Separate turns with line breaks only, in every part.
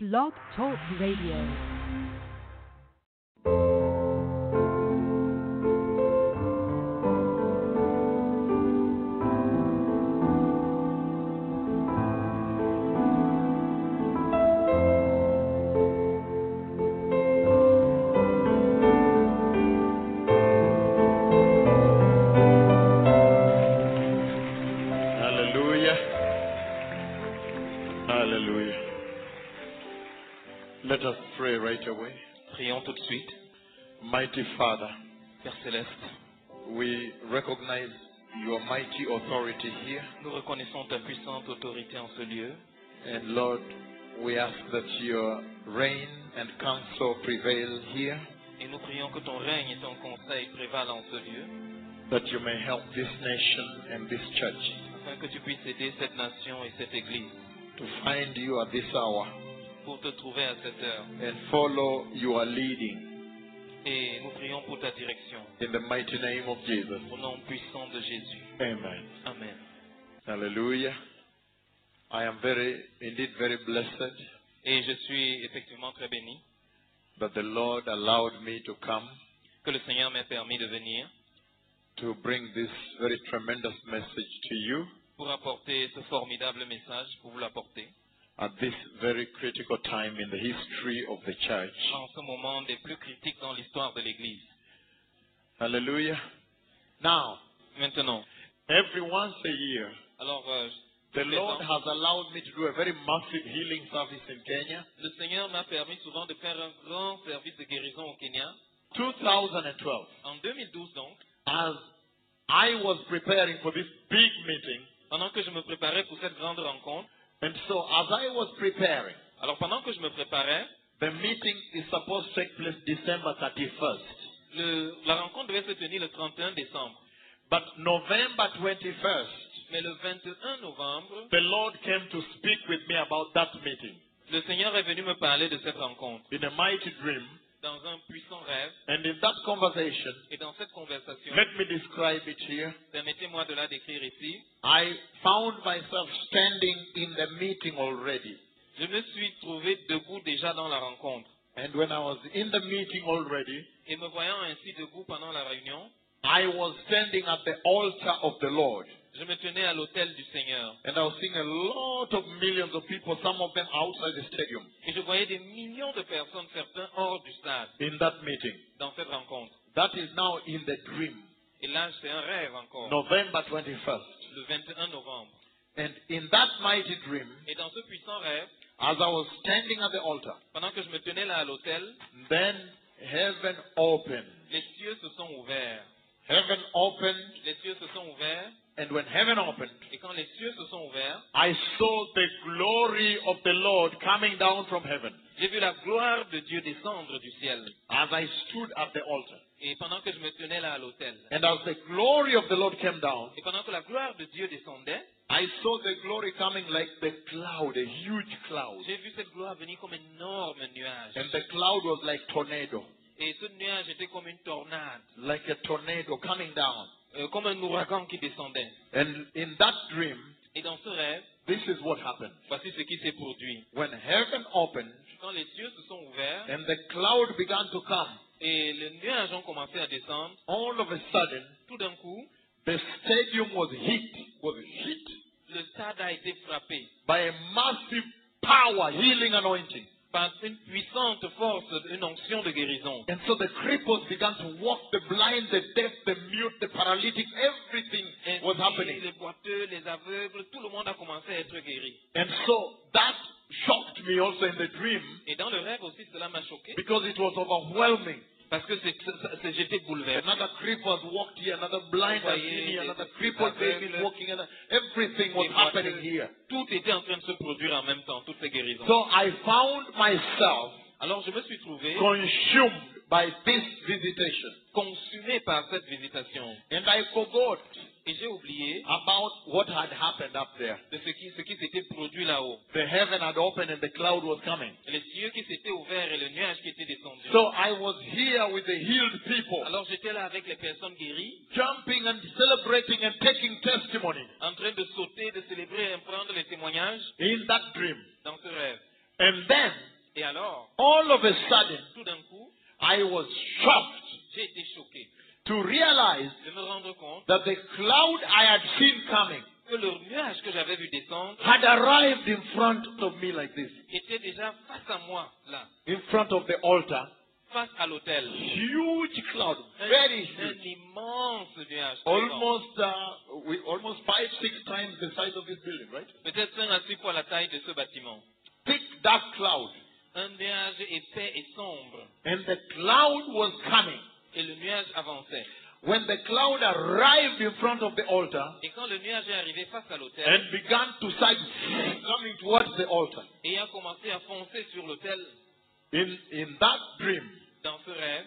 Blog Talk Radio.
Hallelujah. Hallelujah. Let us pray right away.
Prions tout de suite.
Mighty Father,
Père céleste,
we recognize your mighty authority here.
nous reconnaissons ta puissante autorité en ce lieu.
And Lord, we ask that your reign and counsel prevail here,
Et nous prions que ton règne et ton conseil prévalent en ce lieu,
that you may help this nation and this church
afin que tu puisses aider cette nation et cette Église
to find you at this hour
pour te trouver à cette heure.
and follow your leading
Et nous prions pour ta direction,
in the mighty name of Jesus.
au nom puissant de Jésus.
Amen.
Amen.
Hallelujah. I am very, indeed, very blessed
Et je suis effectivement très béni
that the Lord allowed me to come
que le Seigneur m'ait permis de venir
to bring this very tremendous message to you
pour apporter ce formidable message, pour vous l'apporter,
at this very critical time in the history of the church.
en ce moment des plus critiques dans l'histoire de l'Église.
Hallelujah. Now,
Maintenant,
every once a year,
alors, euh,
the
tous les
Lord
ans,
has allowed me to do a very massive healing service in Kenya.
Le Seigneur m'a permis souvent de faire un grand service de guérison au Kenya.
2012,
En 2012 donc,
as I was preparing for this big meeting,
pendant que je me préparais pour cette grande rencontre,
and so as I was preparing,
alors pendant que je me préparais,
The meeting is supposed to take place December 31st.
le- la rencontre devait se tenir le 31 décembre.
But November 21st,
Mais le 21 novembre,
the Lord came to speak with me about that meeting
le Seigneur est venu me parler de cette rencontre
in a mighty dream.
dans un puissant rêve.
And in that conversation,
Et dans cette conversation,
let me describe it here.
permettez-moi de la décrire ici,
I found myself standing in the meeting already.
je me suis trouvé debout déjà dans la rencontre.
And when I was in the meeting already,
Et me voyant ainsi debout pendant la réunion,
I was standing at the altar of the Lord.
je me tenais à l'autel du Seigneur.
And I was seeing a lot of millions of people, some of them outside the stadium,
Et je voyais des millions de personnes, certains hors du stade,
in that meeting.
dans cette rencontre.
That is now in the dream,
Et là, c'est un rêve encore.
November 21st.
Le 21 novembre.
And in that mighty dream,
Et dans ce puissant rêve,
as I was standing at the altar,
pendant que je me tenais là à l'hôtel,
then heaven opened.
les cieux se sont ouverts.
Heaven opened,
Les cieux se sont ouverts.
and when heaven opened,
Et quand les cieux se sont ouverts,
I saw the glory of the Lord coming down from heaven
j'ai vu la gloire de Dieu descendre du ciel.
as I stood at the altar.
Et pendant que je me tenais là à l'hôtel,
And as the glory of the Lord came down,
et pendant que la gloire de Dieu descendait,
I saw the glory coming like the cloud, a huge cloud.
j'ai vu cette gloire venir comme un énorme nuage.
And the cloud was like tornado,
Et ce nuage était comme une tornade,
like a tornado coming down.
euh, comme un ouragan qui descendait.
And in that dream,
Et dans ce rêve,
This is what happened.
Voici ce qui s'est produit.
When heaven opened
Quand les cieux se sont ouverts
and the cloud began to come,
et les nuages ont commencé à descendre,
all of a sudden,
tout d'un coup,
the stadium was hit, was hit
le stade a été frappé
by a massive power, healing anointing.
par une puissante force, une onction de guérison.
And so the cripples began to walk, the blind, the deaf, the mute, the paralytic, everything
Et
was happening.
les boiteux, les aveugles, tout le monde a commencé à être guéri.
And so that shocked me also in the dream
Et dans le rêve aussi, cela m'a choqué
because it was overwhelming.
parce que c'est- c'est- c'est- j'étais bouleversé.
Another cripple walked here, another blind was in here, another crippled baby walking, and everything was
Les boiteux,
happening here.
Tout était en train de se produire en même temps, toutes ces guérisons.
So I found myself
Alors je me suis trouvé
consumed by this visitation.
consumé par cette visitation.
And I forgot
Et j'ai oublié
about what had happened up there.
de ce qui, ce qui s'était produit là-haut.
The heaven had opened and the cloud was coming.
Les cieux qui s'étaient ouverts et le nuage qui était descendu.
So I was here with the healed people,
Alors j'étais là avec les personnes guéries,
jumping and celebrating and taking testimony
en train de sauter, de célébrer et prendre les témoignages
in that dream.
dans ce rêve.
And then,
Et alors,
all of a sudden,
tout d'un coup,
I was shocked
j'ai été choqué
to realize
de me rendre compte
that the cloud I had seen coming
que le nuage que j'avais vu descendre
had arrived in front of me like this,
était déjà face à moi, là,
in front of the altar.
face à l'autel.
Huge cloud,
Un,
very
un
huge.
immense nuage.
Almost, uh, we, almost five, six times the size of this building, right?
Peut-être 5 à 6 fois la taille de ce bâtiment.
Thick, dark cloud.
Un nuage épais et sombre.
And the cloud was coming.
Et le nuage avançait.
When the cloud arrived in front of the altar
Et quand le nuage est arrivé face à
and
l'autel
began to start coming towards the altar,
et a commencé à foncer sur l'autel
in, in that dream,
dans ce rêve,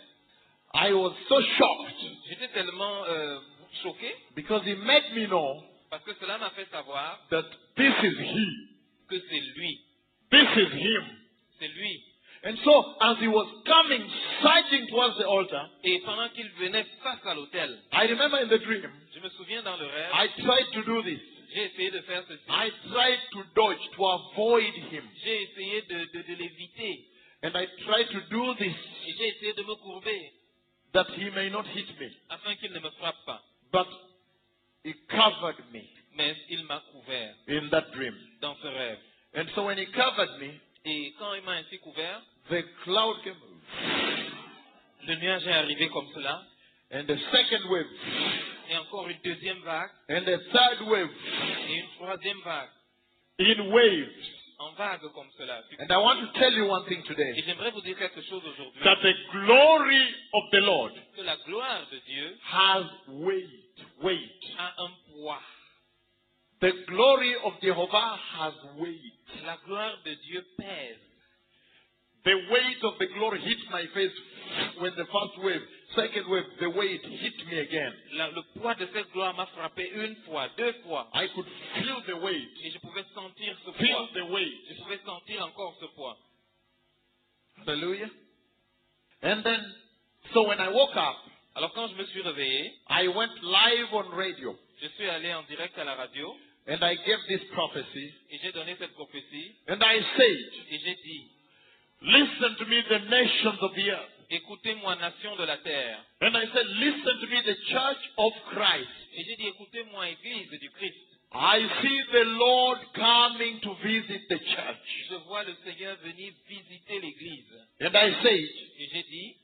I was so shocked
j'étais tellement euh, choqué
because he made me know
parce que cela m'a fait savoir
that this is he.
que c'est lui.
This is him.
C'est lui.
And so, as he was coming, surging towards the altar,
Et pendant qu'il venait face à l'autel,
I remember in the dream,
je me souviens dans le
I
rêve,
tried to do this.
j'ai essayé de faire ceci.
I tried to dodge, to avoid him.
J'ai essayé de, de- de l'éviter.
And I tried to do this
Et j'ai essayé de me courber
that he may not hit me.
afin qu'il ne me frappe pas.
But he covered me
Mais il m'a couvert
in that dream.
dans ce rêve.
And so when he covered me,
Et quand il m'a ainsi couvert,
the cloud came
le nuage est arrivé comme cela.
and the second wave
Et encore une deuxième vague
and the third wave
et une troisième vague.
in waves.
En vague comme cela.
And I want to tell you one thing
Et
today
j'aimerais vous dire quelque chose aujourd'hui.
that the glory of the Lord
Que la gloire de Dieu
has weight, weight.
a un poids.
The glory of Jehovah has weight.
La gloire de Dieu pèse.
The weight of the glory hit my face when the first wave, second wave, the weight hit me again.
La- le poids de cette gloire m'a frappé une fois, deux fois.
I could feel the weight,
Et je pouvais sentir ce
feel
poids.
the weight.
Je pouvais sentir encore ce poids.
Hallelujah. And then, so when I woke up,
Alors quand je me suis réveillé,
I went live on radio
je suis allé en direct à la radio
and I gave this prophecy
et j'ai donné cette prophétie
and I said,
et j'ai dit,
Listen to me, the nations of the earth.
écoutez-moi nation de la terre.
And I said, Listen to me, the church of Christ.
Et j'ai dit, écoutez-moi église du Christ.
I see the Lord coming to visit the church.
Je vois le Seigneur venir visiter l'église.
And I said,
Et j'ai dit,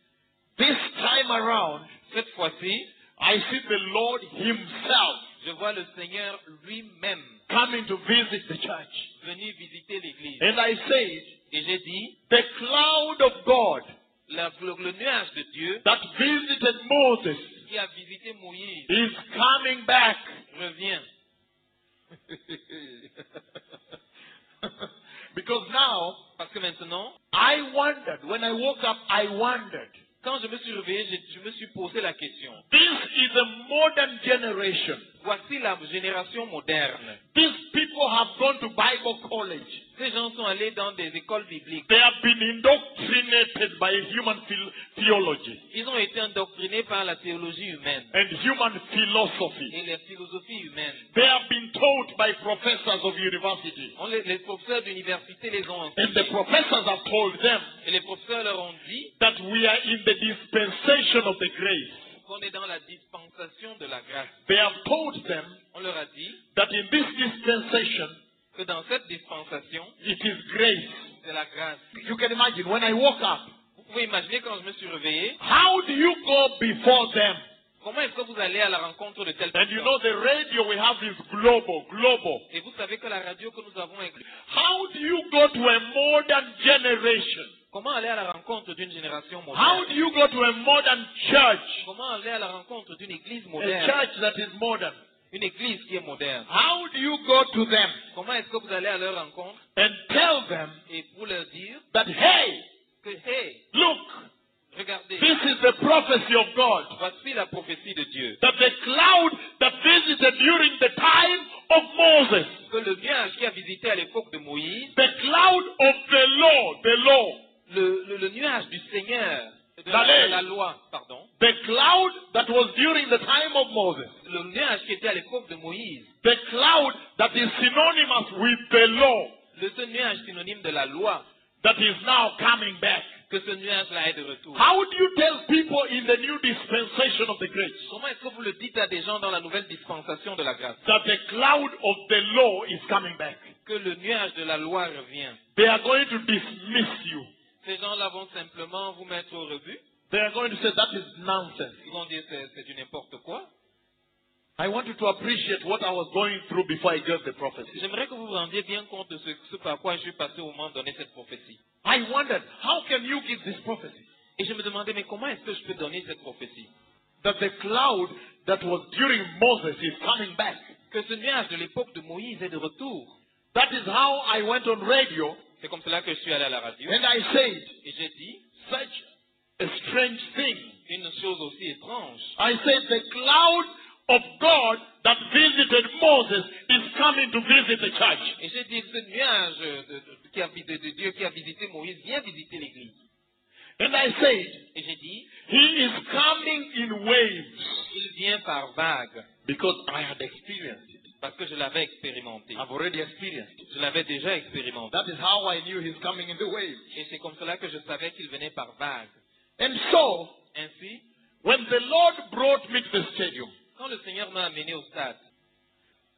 This time around,
cette fois-ci,
I see the Lord Himself
je vois le Seigneur lui-même
coming to visit the church.
venir visiter l'église.
And I said,
Et j'ai dit,
The cloud of God
la- le, le nuage de Dieu
that visited Moses
qui a visité Moïse
is coming back.
revient.
because now,
Parce que maintenant,
I wondered, when I woke up, I wondered.
quand je me suis réveillé, je, je me suis posé la question.
This is a modern generation.
Voici la génération moderne.
These people have gone to Bible college.
Ces gens sont allés dans des écoles bibliques.
They have been indoctrinated by human phil- theology
Ils ont été indoctrinés par la théologie humaine
and human philosophy.
et les philosophies humaines.
They have been taught by professors of university.
On les, les professeurs d'université les ont
And the
enseignés.
professors have told them
Et les professeurs leur ont dit
that we are in the dispensation of the grace.
qu'on est dans la dispensation de la grâce.
They have told them
On leur a dit
that in this dispensation,
que dans cette dispensation,
it is grace.
c'est la grâce.
You can imagine, when I woke up,
Vous pouvez imaginer quand je me suis réveillé,
how do you go before them?
comment est-ce que vous allez à la rencontre de telle
And you
personne
know, the radio we have is global, global.
Et vous savez que la radio que nous avons est...
How do you go to a modern generation?
Comment aller à la rencontre d'une génération
How do
moderne
you go to a modern church?
Comment aller à la rencontre d'une église
A
moderne
church that is modern.
Une église qui est moderne.
How do you go to them
Comment est-ce que vous allez à leur rencontre
and tell them
et pour leur dire
that, hey,
que, hey,
look,
regardez,
this is the prophecy of God?
voici la prophétie de Dieu.
that the cloud that visited during the time of Moses,
Que le nuage qui a visité à l'époque de Moïse,
the cloud of the law, the law,
le, le- le nuage du Seigneur, de
La
la,
loi.
de la loi, pardon,
the cloud that was during the time of Moses,
le nuage qui était à l'époque de Moïse,
the cloud that is synonymous with the law,
le, ce nuage synonyme de la loi,
that is now coming back.
que ce nuage-là est de retour.
How do you tell people in the new dispensation of the grace
Comment est-ce que vous le dites à des gens dans la nouvelle dispensation de la grâce
that the cloud of the law is coming back?
Que le nuage de la loi revient.
They are going to dismiss you.
Ces gens-là vont simplement vous mettre au rebut.
They are going to say that is nonsense.
Ils vont dire c'est c'est du n'importe quoi.
I want you to appreciate what I was going through before I gave the prophecy.
J'aimerais que vous vous rendiez bien compte de ce, ce par quoi je suis passé au moment donné cette prophétie.
I wondered, how can you give this prophecy?
Et je me demandais, mais comment est-ce que je peux donner cette prophétie
That the cloud that was during Moses is coming back.
Que ce nuage de l'époque de Moïse est de retour.
That is how I went on radio
C'est comme cela que je suis allé à la radio.
and I said
Et j'ai dit
such a strange thing.
une chose aussi étrange.
I said the cloud of God that visited Moses is coming to visit the church.
Et j'ai dit ce nuage de, de- qui a, vi- de- de Dieu qui a visité Moïse vient visiter l'église.
And I said,
Et j'ai dit,
He is coming in waves
il vient par vagues.
because I had experienced it.
Parce que je l'avais expérimenté.
I've already experienced it.
Je l'avais déjà expérimenté.
That is how I knew he's coming in the waves.
Et c'est comme cela que je savais qu'il venait par vagues.
And so,
Ainsi,
when the Lord brought me to the stadium
quand le Seigneur m'a amené au stade,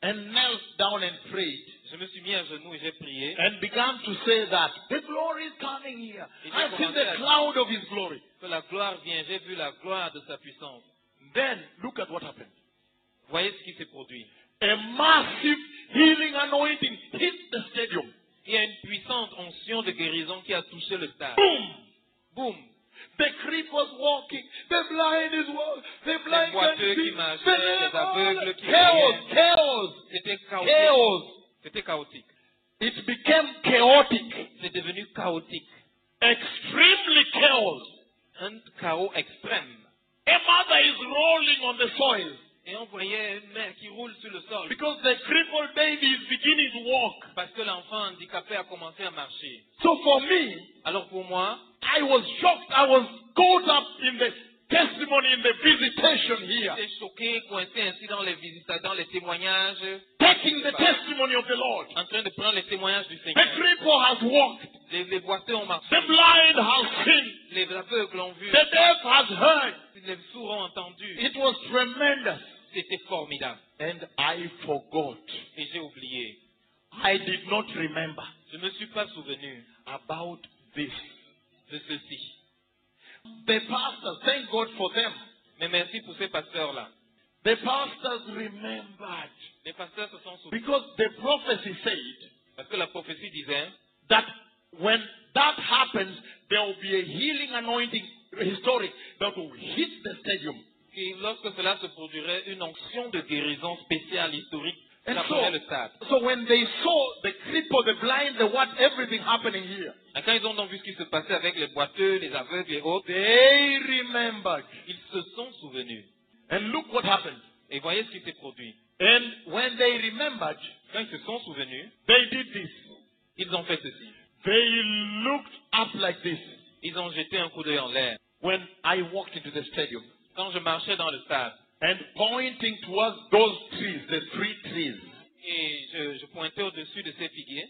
and knelt down and prayed
je me suis mis à genoux et j'ai prié.
and began to say that the glory is coming here, I see the cloud of his glory.
Que la gloire vient. J'ai vu la gloire de sa puissance.
Then look at what happened.
Voyez ce qui s'est produit.
A massive healing anointing hit the stadium.
Il y a une puissante onction de guérison qui a touché le stade.
Boom!
Boum
The creep was walking. The blind is walking. The blind can
boiteux qui
see.
marchaient,
The
les aveugles qui
chaos,
voyaient.
chaos,
C'était chaotique.
chaos.
C'était chaotique.
It became chaotic,
C'est devenu chaotique.
extremely chaos.
Un chaos extrême.
A mother is rolling on the soil
Et on voyait une mère qui roule sur le sol.
because the crippled baby is beginning to walk.
Parce que l'enfant handicapé a commencé à marcher.
So for me,
Alors pour moi,
I was shocked. I was caught up in the testimony, in the visitation here,
j'étais choqué, coincé ainsi dans les visiteurs, dans les témoignages,
taking the testimony of the Lord.
en train de prendre les témoignages du
The
Seigneur.
cripple has walked.
Les, les boiteux ont marché.
The blind has seen.
Les aveugles ont vu.
The deaf has heard.
Les sourds ont entendu.
It was tremendous.
C'était formidable.
And I forgot.
Et j'ai oublié.
I did not remember
Je ne me suis pas souvenu
about this.
de ceci.
The pastors, thank God for them.
Mais merci pour ces pasteurs-là.
The pastors remembered.
Les pasteurs se sont souvenus.
Because the prophecy said
Parce que la prophétie disait
that when that happens, there will be a healing anointing historic that will hit the stadium.
que lorsque cela se produirait, une onction de guérison spéciale, historique,
And
frapperait le stade.
so, so when they saw the cripple, the blind, the what, everything happening here,
Et quand ils ont donc vu ce qui se passait avec les boiteux, les aveugles et autres,
they remembered.
ils se sont souvenus.
And look what happened.
Et voyez ce qui s'est produit.
And when they remembered,
Quand ils se sont souvenus,
they did this.
ils ont fait ceci.
They looked up like this
Ils ont jeté un coup d'œil en l'air.
when I walked into the stadium
Quand je marchais dans le stade
and pointing towards those trees, the three trees.
et je, je pointais au-dessus de ces figuiers,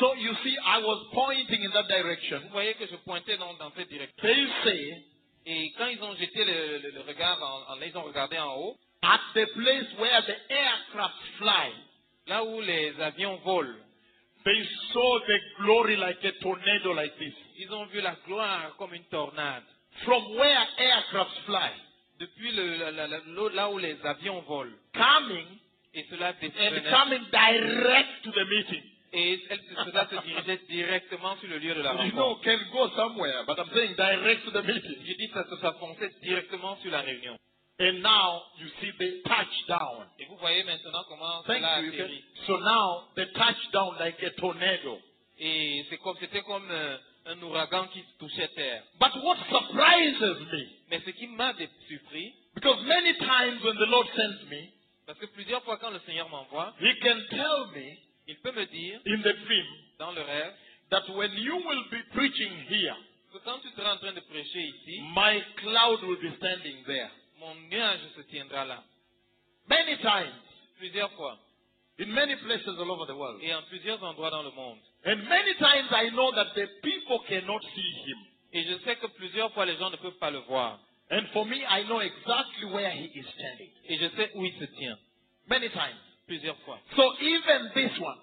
So you see, I was pointing in that
vous
direction.
voyez que je pointais dans, dans cette direction.
They say,
Et quand ils ont jeté le, le- le regard en, en l'air, ils ont regardé en haut,
at the place where the aircraft fly,
là où les avions volent,
they saw the glory like a tornado like this.
ils ont vu la gloire comme une tornade.
From where aircraft fly,
Depuis le- la- la- la- l'eau- là où les avions volent.
coming
Et cela
and
descendait.
coming direct to the meeting.
Et elle- cela se dirigeait directement sur le lieu de la
You know,
rencontre.
can go somewhere, but I'm saying direct to the meeting.
Je dis ça, ça, ça fonçait directement sur la réunion.
And now you see the touchdown.
Et vous voyez maintenant comment
Thank
cela a
you. you can-
atterri.
so now the touchdown like a tornado.
Et c'est comme, c'était comme euh, un ouragan qui touchait terre.
But what surprises me,
Mais ce qui m'a dé- surpris,
because many times when the Lord sends me,
parce que plusieurs fois quand le Seigneur m'envoie,
He can tell me
il peut me dire
in the dream
dans le rêve
that when you will be preaching here,
que quand tu seras en train de prêcher ici,
my cloud will be standing there.
mon nuage se tiendra là.
Many times,
Plusieurs fois.
in many places all over the world.
Et en plusieurs endroits dans le monde.
And many times I know that the people cannot see him.
Et je sais que plusieurs fois, les gens ne peuvent pas le voir.
And for me, I know exactly where he is standing.
Et je sais où il se tient.
Many times.
Plusieurs fois.
So even this one,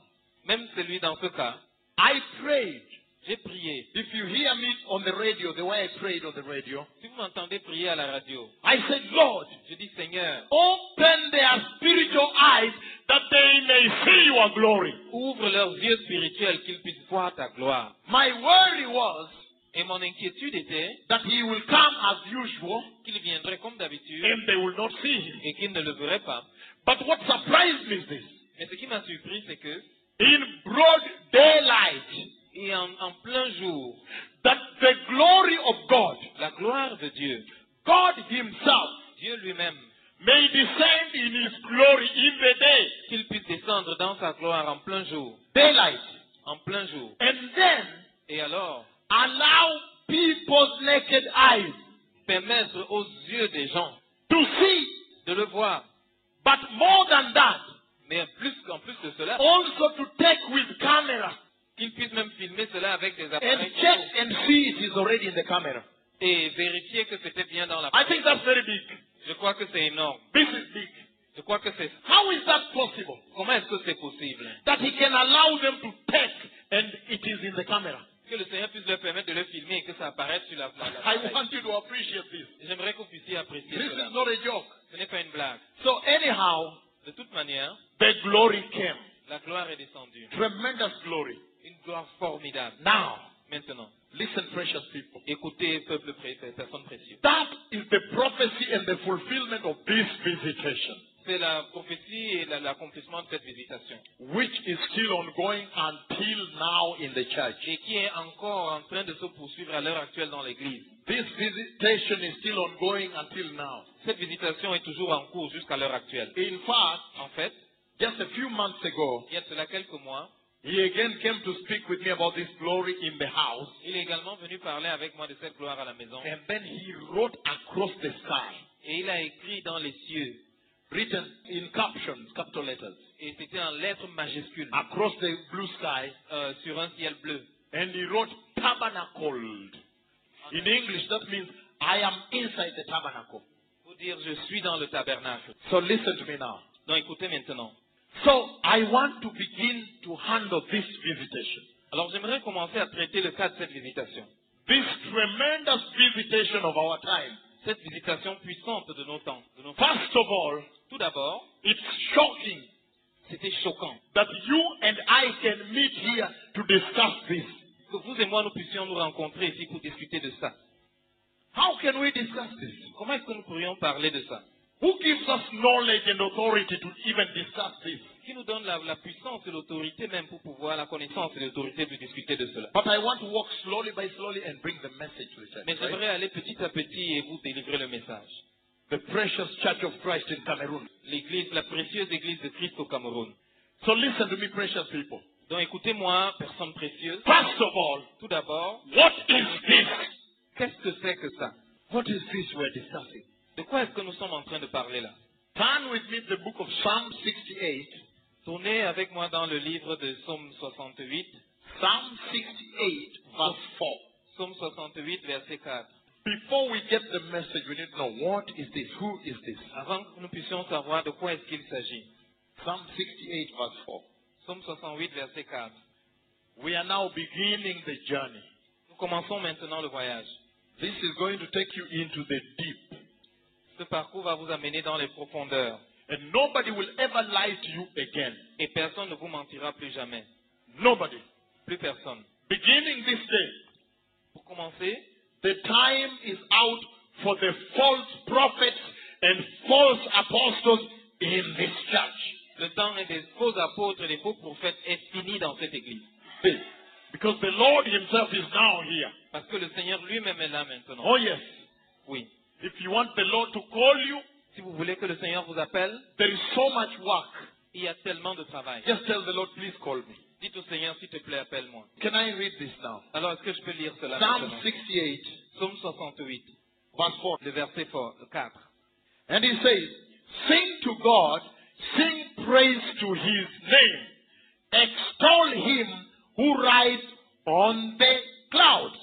Même celui dans ce cas,
I prayed.
j'ai prié.
If you hear me on the radio, the way I prayed on the radio,
Si vous m'entendez prier à la radio,
I said, Lord,
je dis Seigneur,
open their spiritual eyes that they may see your glory.
ouvre leurs yeux spirituels qu'ils puissent voir ta gloire.
My worry was
Et mon inquiétude était
that he will come as usual
qu'il viendrait comme d'habitude
and they will not see him.
et qu'ils ne le verraient pas.
But what surprised me is this.
Mais ce qui m'a surpris, c'est que,
In broad daylight,
et en, en plein jour,
that the glory of God,
la gloire de Dieu,
God Himself,
Dieu lui-même,
may descend in His glory in the day,
qu'il puisse descendre dans sa gloire en plein jour,
daylight,
en plein jour.
and then
Et alors,
allow people's naked eyes
permettre aux yeux des gens
to see.
de le voir.
But more than that,
Mais en plus, en plus de cela,
Oh! also to take with camera
qu'ils puissent même filmer cela avec des
and
appareils
check
photo
and see it is already in the camera.
et vérifier que c'était bien dans la
I think that's very big.
Je crois que c'est énorme.
This is big.
Je crois que c'est.
How is that possible?
Comment est-ce que c'est possible
That He can allow them to take and it is in the camera.
que le Seigneur puisse leur permettre de le filmer et que ça apparaisse sur la la- la-
I want you to appreciate this.
J'aimerais que vous puissiez apprécier
This is
cela.
not a joke.
Ce n'est pas une blague.
So anyhow,
De toute manière,
the glory came.
la gloire est descendue.
Tremendous glory.
Une gloire formidable.
Now,
Maintenant,
listen, precious people.
écoutez, peuple pré- euh, personne précieuse.
That is the prophecy and the fulfillment of this visitation,
C'est la prophétie et la- l'accomplissement de cette visitation.
which is still ongoing until now in the church.
Et qui est encore en train de se poursuivre à l'heure actuelle dans l'Église.
This visitation is still ongoing until now.
Cette visitation est toujours en cours jusqu'à l'heure actuelle.
In fact,
En fait,
just a few months ago,
il y a de cela quelques mois,
he again came to speak with me about this glory in the house,
il est également venu parler avec moi de cette gloire à la maison.
and then he wrote across the sky,
Et il a écrit dans les cieux.
written in captions, capital letters,
Et c'était en lettres majuscules.
across the blue sky,
euh, sur un ciel bleu.
And he wrote tabernacled. In English, that means I am inside the tabernacle.
Pour dire, je suis dans le tabernacle.
So listen to me now.
Donc écoutez maintenant.
So I want to begin to handle this visitation.
Alors j'aimerais commencer à traiter le cas de cette visitation.
This tremendous visitation of our time.
Cette visitation puissante de nos temps. De nos temps.
First of all,
Tout d'abord,
it's shocking
c'était choquant
that you and I can meet here to discuss this.
que vous et moi nous puissions nous rencontrer ici pour discuter de ça.
How can we discuss this?
Comment est-ce que nous pourrions parler de ça
Who gives us knowledge and authority to even discuss this?
Qui nous donne la, la puissance et l'autorité même pour pouvoir, la connaissance et l'autorité de discuter de cela.
But I want to walk slowly by slowly and bring the message to the church.
Mais
right?
j'aimerais aller petit à petit et vous délivrer le message.
the precious church of Christ in Cameroon.
L'église, la précieuse église de Christ au Cameroun.
So listen to me, precious people.
Donc écoutez-moi, personne précieuse.
First of all,
Tout d'abord,
what is this?
qu'est-ce que c'est que ça
What is this we're discussing?
De quoi est-ce que nous sommes en train de parler là
Turn with me to the book of Psalm 68.
Tournez avec moi dans le livre de Psaume 68,
Psalm 68, verse 4.
Psaume 68, verset 4.
Before we get the message, we need to know what is this? Who is this?
Avant que nous puissions savoir de quoi est-ce qu'il s'agit.
Psalm 68, verse 4.
Psaume 68, verset 4.
We are now beginning the journey.
Nous commençons maintenant le voyage.
This is going to take you into the deep.
Ce parcours va vous amener dans les profondeurs
And nobody will ever lie to you again.
et personne ne vous mentira plus jamais.
Nobody.
Plus personne.
Beginning this day,
Pour commencer,
The time is out for the false prophets and false apostles in this church.
le temps des faux apôtres et des faux prophètes est fini dans cette église.
See, Because the Lord Himself is now here.
Parce que le Seigneur lui-même est là maintenant.
Oh, yes.
Oui.
If you want the Lord to call you,
Si vous voulez que le Seigneur vous appelle,
there is so much work.
il y a tellement de travail.
Just tell the Lord, please call me.
Dites au Seigneur, s'il te plaît, appelle-moi.
Can I read this now?
Alors, est-ce que je peux lire cela
Psalm
maintenant
68,
Psaume 68,
verse 4.
le verset fort- 4.
And he says, Sing to God, sing praise to his name, extol him who rides on the clouds.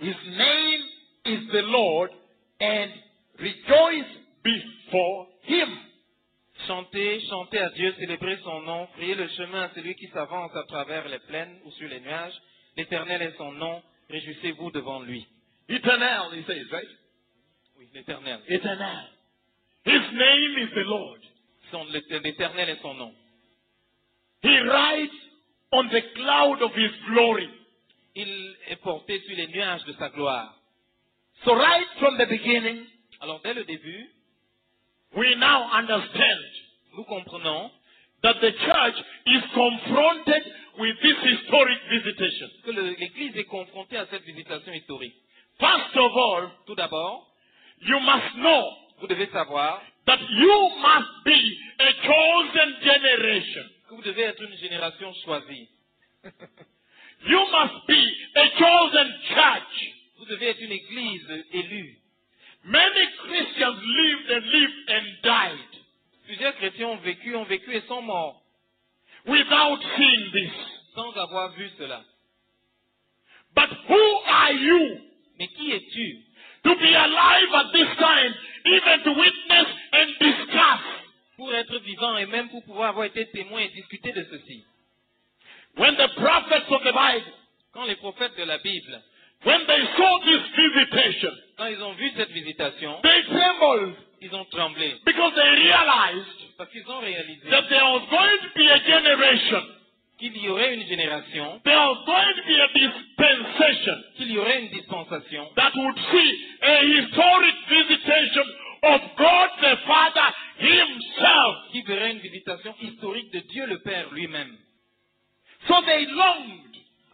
His name is the Lord, and rejoice before him.
Chantez, chantez à Dieu, célébrez son nom, priez le chemin à celui qui s'avance à travers les plaines ou sur les nuages. L'Éternel est son nom, réjouissez-vous devant lui.
Eternal, he says, right?
Oui, l'Éternel.
Eternal. His name is the Lord.
Son- L'Éternel est son nom.
He rides on the cloud of his glory.
Il est porté sur les nuages de sa gloire.
So, right from the beginning,
Alors dès le début,
we now understand
nous comprenons
that the church is confronted with this historic visitation.
que le- l'Église est confrontée à cette visitation historique.
First of all,
Tout d'abord,
you must know
vous devez savoir
that you must be a chosen generation.
que vous devez être une génération choisie.
You must be a chosen church.
Vous devez être une Église élue.
Many Christians lived and lived and died
Plusieurs chrétiens ont vécu, ont vécu et sont morts
without seeing this.
sans avoir vu cela.
But who are you
Mais qui es-tu
to be alive at this time, even to witness and discuss?
pour être vivant et même pour pouvoir avoir été témoin et discuter de ceci
When the prophets of the Bible,
Quand les prophètes de la Bible,
when they saw this visitation,
quand ils ont vu cette visitation,
they trembled
ils ont tremblé
because they realized
parce qu'ils ont réalisé
that there was going to be a generation,
qu'il y aurait une génération,
there was going to be a dispensation
qu'il y aurait une dispensation
that would see a historic visitation of God the Father Himself.
qui verrait une visitation historique de Dieu le Père lui-même.
So they longed.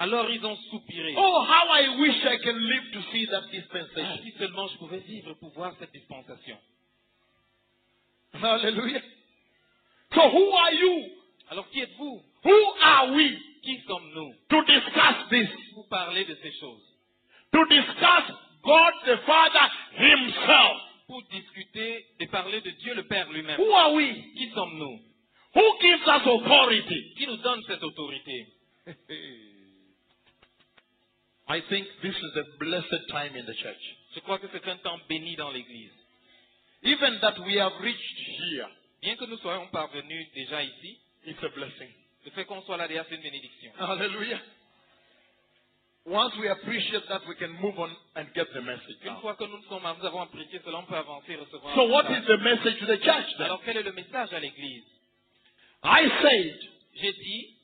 Alors ils ont soupiré.
Oh, how I wish I can live to see that
Ah,
dispensation.
si seulement je pouvais vivre pour voir cette dispensation.
Hallelujah. So who are you?
Alors qui êtes-vous
Who are we
Qui sommes-nous
to discuss this?
pour parler de ces choses
To discuss God the Father Himself.
Pour discuter et parler de Dieu le Père lui-même.
Who are we?
Qui sommes-nous
Who gives us authority?
Qui nous donne cette autorité
I think this is a blessed time in the church.
Je crois que c'est un temps béni dans l'Église.
Even that we have reached here,
Bien que nous soyons parvenus déjà ici,
it's a blessing.
le fait qu'on soit là déjà, c'est une bénédiction.
Hallelujah. Once we appreciate that, we can move on and get the message.
Une fois que nous sommes, là, nous avons apprécié cela, on peut avancer et recevoir.
Ah. So,
un
what
message.
is the message to the church then?
Alors quel est le message à l'Église
I said
J'ai dit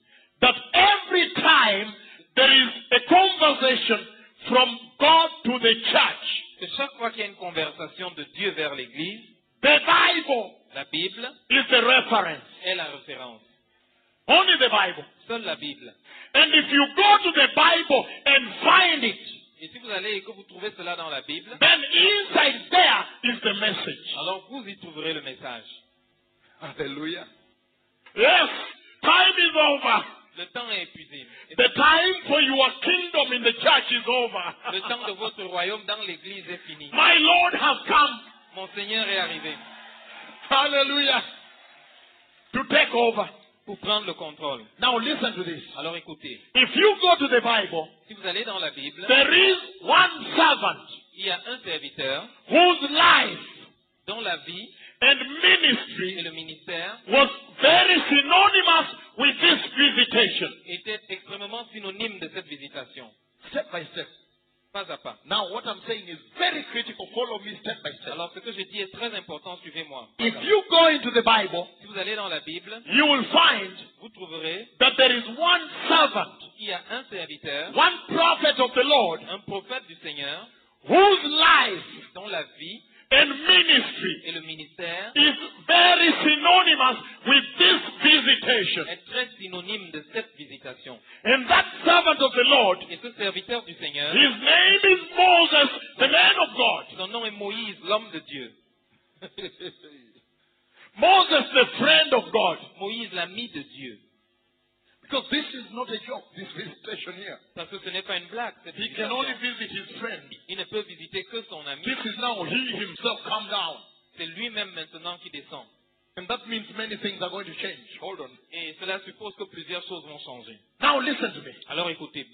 that every time there is a conversation from God to the church,
que chaque fois qu'il y a une conversation de Dieu vers l'Église,
the Bible
la Bible
is the reference.
est la référence.
Only the Bible.
Seule la Bible.
And if you go to the Bible and find it,
Et si vous allez et que vous trouvez cela dans la Bible,
then inside there is the message.
alors vous y trouverez le message.
Hallelujah. Yes, time is over.
Le temps est épuisé. Et
The time for your kingdom in the church is over.
Le temps de votre royaume dans l'Église est fini.
My Lord has come.
Mon Seigneur est arrivé
Hallelujah. To take over.
pour prendre le contrôle.
Now listen to this.
Alors écoutez,
If you go to the Bible,
si vous allez dans la Bible,
there is one servant
il y a un serviteur
whose life
dont la vie
and
et
ministry
le ministère
was very synonymous with this visitation.
étaient extrêmement synonymes de cette visitation,
Step by step.
pas à pas.
Now what I'm saying is very critical. Follow me step by
Alors ce que je dis est très important, suivez-moi.
If you go into the Bible,
Si vous allez dans la Bible,
you will find
vous trouverez
that there is one servant,
qu'il y a un serviteur,
one prophet of the Lord,
un prophète du Seigneur,
whose life
dont la vie
and ministry
et le ministère
is very synonymous with this visitation.
est très synonyme de cette visitation.
And that servant of the Lord,
Et ce serviteur du Seigneur,
his name is Moses, the man of God.
son nom est Moïse, l'homme de Dieu.
Moses, the friend of God.
Moïse, l'ami de Dieu.
Because this is not a joke, this visitation here.
Parce que ce n'est pas une blague. cette
He can only
visitation.
visit his friend.
Il ne peut visiter que son ami.
This is now he himself come down.
C'est lui-même maintenant qui descend.
And that means many things are going to change. Hold on.
Et cela suppose que plusieurs choses vont changer.
Now listen to me.
Alors écoutez,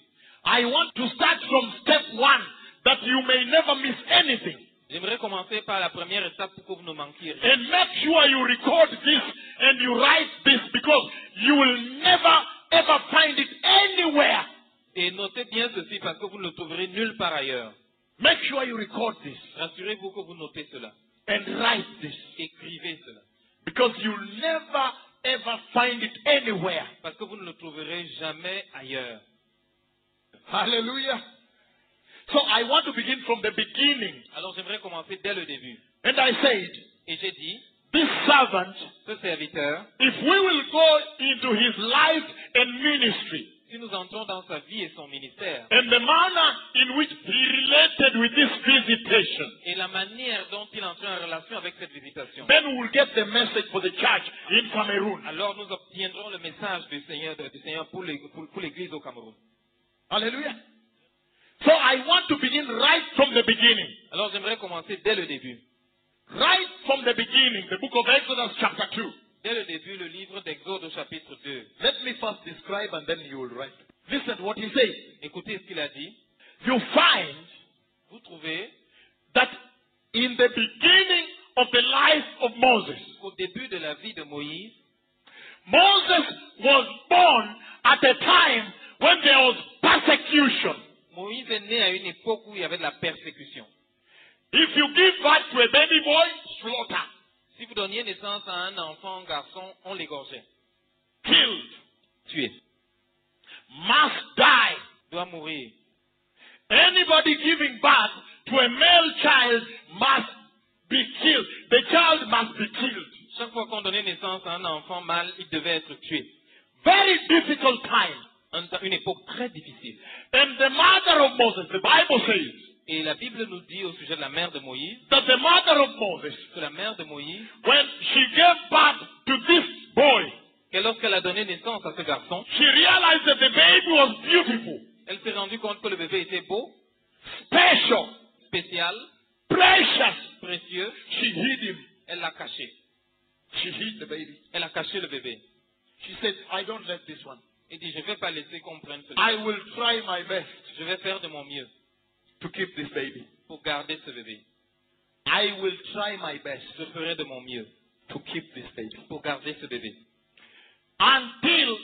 I want to start from step one that you may never miss anything.
j'aimerais commencer par la première étape pour que vous ne manquiez rien.
And make sure you record this and you write this because you will never ever find it anywhere.
Et notez bien ceci parce que vous ne le trouverez nulle part ailleurs.
Make sure you record this
Rassurez-vous que vous notez cela.
and write this
Écrivez cela.
because you'll never ever find it anywhere.
Parce que vous ne le trouverez jamais ailleurs.
Hallelujah. So I want to begin from the beginning.
Alors j'aimerais commencer dès le début.
And I said,
Et j'ai dit,
this servant,
ce serviteur,
if we will go into his life and ministry,
si nous entrons dans sa vie et son ministère,
and the manner in which he related with this visitation,
et la manière dont il entrait en relation avec cette visitation,
then we will get the message for the church in Cameroon.
alors nous obtiendrons le message du Seigneur, du Seigneur pour l'Église pour- pour l'Église au Cameroun.
Hallelujah. So I want to begin right from the beginning.
Alors j'aimerais commencer dès le début.
Right from the beginning, the book of Exodus, chapter 2.
Dès le début, le livre d'Exode au chapitre 2.
Let me first describe and then you will write. Listen what he says.
Écoutez ce qu'il a dit.
You find
Vous trouvez
that in the beginning of the life of Moses,
qu'au début de la vie de Moïse,
Moses was born at a time when there was persecution.
Moïse est né à une époque où il y avait de la persécution.
If you give birth to a baby boy, slaughter,
Si vous donniez naissance à un enfant garçon, on l'égorgeait.
killed,
Tué.
must die.
Doit mourir.
Anybody giving birth to a male child must be killed. The child must be killed.
Chaque fois qu'on donnait naissance à un enfant mâle, il devait être tué.
Very difficult time.
Un temps- Une époque très difficile.
And the mother of Moses, the Bible says
Et la Bible nous dit au sujet de la mère de Moïse,
that the mother of Moses,
que la mère de Moïse,
when she gave birth to this boy,
que lorsqu'elle a donné naissance à ce garçon,
she realized that the baby was beautiful,
elle s'est rendue compte que le bébé était beau,
special,
spécial,
precious.
précieux.
She hid him.
Elle l'a caché.
She hid the baby.
Elle a caché le bébé.
She said, I don't let this one.
Et dit, je ne vais pas laisser qu'on prenne
I
cela.
will try my best
Je vais faire de mon mieux
to keep this baby.
pour garder ce bébé.
I will try my best
Je ferai de mon mieux
to keep this baby.
pour garder ce bébé.
Until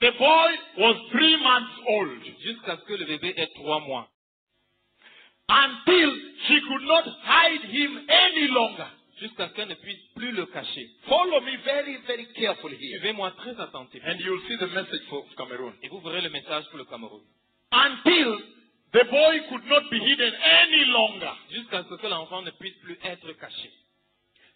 the boy was three months old.
Jusqu'à ce que le bébé ait trois mois.
Until she could not hide him any longer.
Jusqu'à ce qu'elle ne puisse plus le cacher.
Follow me very, very carefully here.
Suivez-moi très attentivement.
And you'll see the message for Cameroon.
Et vous verrez le message pour le Cameroun.
Until the boy could not be hidden any longer.
Jusqu'à ce que l'enfant ne puisse plus être caché.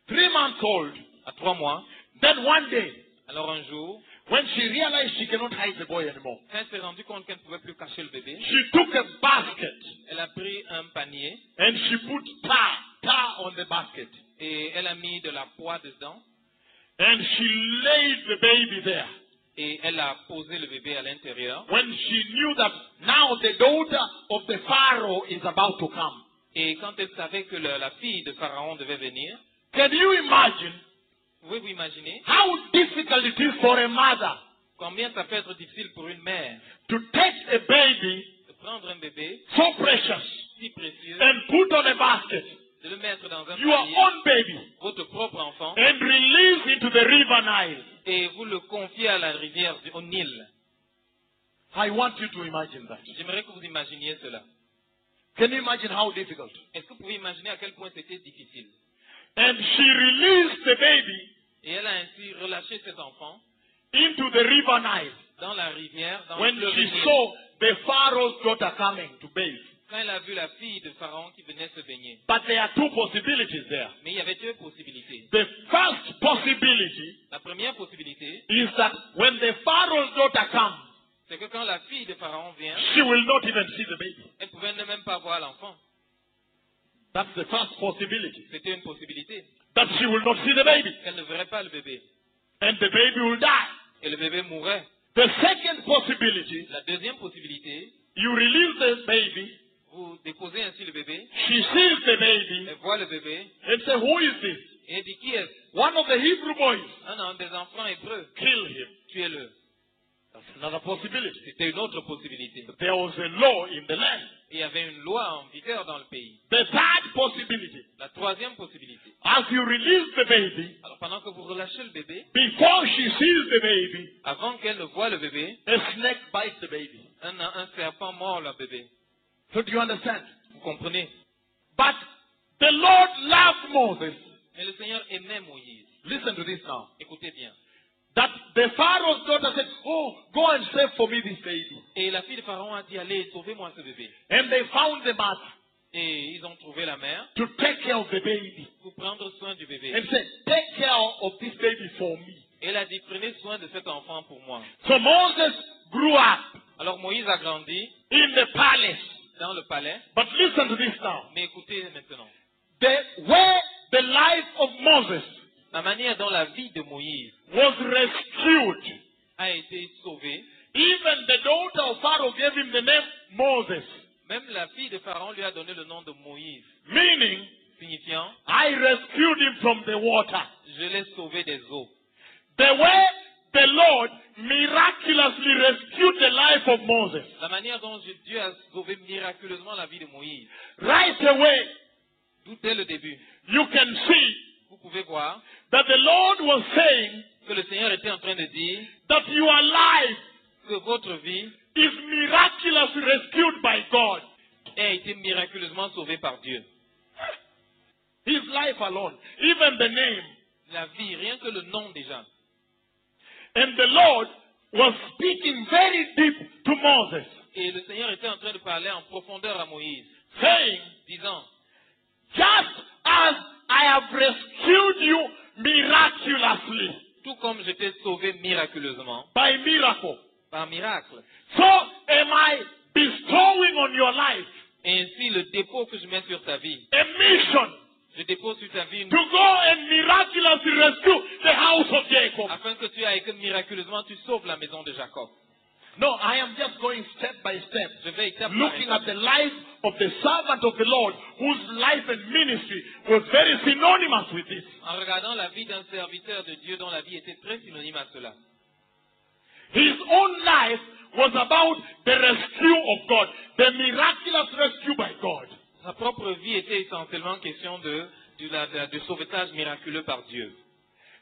Three months old.
À trois mois,
Then one day,
alors un jour,
when she realized she cannot hide the boy anymore,
quand elle s'est rendue compte qu'elle ne pouvait plus cacher le bébé,
she took a basket
elle a pris un panier
and she put tar, tar on the basket.
et elle a mis de la poix dedans
And she laid the baby there.
et elle a posé le bébé à l'intérieur.
When she knew that now the daughter of the Pharaoh is about to come.
Et quand elle savait que le- la fille de Pharaon devait venir,
Can you imagine
pouvez-vous imaginer
how difficult it is for a mother
combien ça peut être difficile pour une mère
to take a baby
de prendre un bébé
so precious
si précieux,
and put on a basket,
de le mettre dans un
your
panier,
own baby,
votre propre enfant,
and release into the river Nile?
et vous le confiez à la rivière, du- au Nil.
I want you to imagine that.
J'aimerais que vous imaginiez cela.
Can you imagine how difficult?
Est-ce que vous pouvez imaginer à quel point c'était difficile
And she released the baby
Et elle a ainsi relâché cet enfant
into the river Nile.
dans la rivière, dans
when
le
she
Nil.
saw the Pharaoh's daughter coming to bathe.
quand elle a vu la fille de Pharaon qui venait se baigner.
But there are two possibilities there.
Mais il y avait deux possibilités.
The first possibility
La première possibilité,
is that when the Pharaoh's daughter comes,
c'est que quand la fille de Pharaon vient,
she will not even see the baby.
elle pouvait ne même pas voir l'enfant.
That's the first possibility.
C'était une possibilité.
That she will not see the baby.
Elle ne verrait pas le bébé.
And the baby will die.
Et le bébé mourrait.
The second possibility,
La deuxième possibilité,
you release the baby,
vous déposez ainsi le bébé,
she sees the baby,
elle voit le bébé
and say, Who is this?
Et il dit qui est
One of the Hebrew boys,
Un homme des enfants hébreux.
kill him.
Tuez-le.
That's another possibility.
C'était une autre possibilité.
There was a law in the land.
Il y avait une loi en vigueur dans le pays.
The third possibility,
La troisième possibilité.
as you release the baby,
Alors pendant que vous relâchez le bébé,
before she sees the baby,
avant qu'elle ne voie le bébé,
a snake bites the baby.
un, un serpent mord le bébé.
So do you understand?
Vous comprenez
But the Lord loved Moses.
Mais le Seigneur aimait Moïse.
Listen to this now.
Écoutez bien.
That the Pharaoh's daughter said, Oh, go and save for me this baby.
Et la fille de Pharaon a dit, allez, sauvez-moi ce bébé.
And they found the mother
Et ils ont trouvé la mère
to take care of the baby.
pour prendre soin du
And
bébé.
said, Take care of this baby for me.
Elle a dit, prenez soin de cet enfant pour moi.
So Moses grew up
Alors Moïse a grandi
in the palace.
dans le palais.
But listen to this now.
Mais écoutez maintenant,
The way the life of Moses
la manière dont la vie de Moïse
was rescued.
a été sauvée,
Even the daughter of Pharaoh gave him the name Moses,
même la fille de Pharaon lui a donné le nom de Moïse,
meaning
signifiant,
I rescued him from the water.
je l'ai sauvé des eaux.
The way the Lord miraculously rescued the life of Moses,
La manière dont je- Dieu a sauvé miraculeusement la vie de Moïse,
right away
tout est le début.
you can see
Vous pouvez voir
that the Lord was saying
que le Seigneur était en train de dire
that your life
que votre vie
is miraculously rescued by God.
a été miraculeusement sauvée par Dieu.
His life alone, even the name.
La vie, rien que le nom déjà.
And the Lord was speaking very deep to Moses,
Et le Seigneur était en train de parler en profondeur à Moïse,
saying,
disant,
Just as I have rescued you miraculously
tout comme je t'ai sauvé miraculeusement,
by miracle,
par miracle,
so am I bestowing on your life
et ainsi le dépôt que je mets sur ta vie,
a mission
je dépose sur ta vie une-
to go and miraculously rescue the house of Jacob.
afin que tu ailles que miraculeusement tu sauves la maison de Jacob.
No, I am just going step by step,
Je vais étape par
looking at
étape
the life of the servant of the Lord, whose life and ministry were very synonymous with this.
en regardant la vie d'un serviteur de Dieu dont la vie était très synonyme à cela.
His own life was about the rescue of God, the miraculous rescue by God.
Sa propre vie était essentiellement question de, du- la- de- du sauvetage miraculeux par Dieu.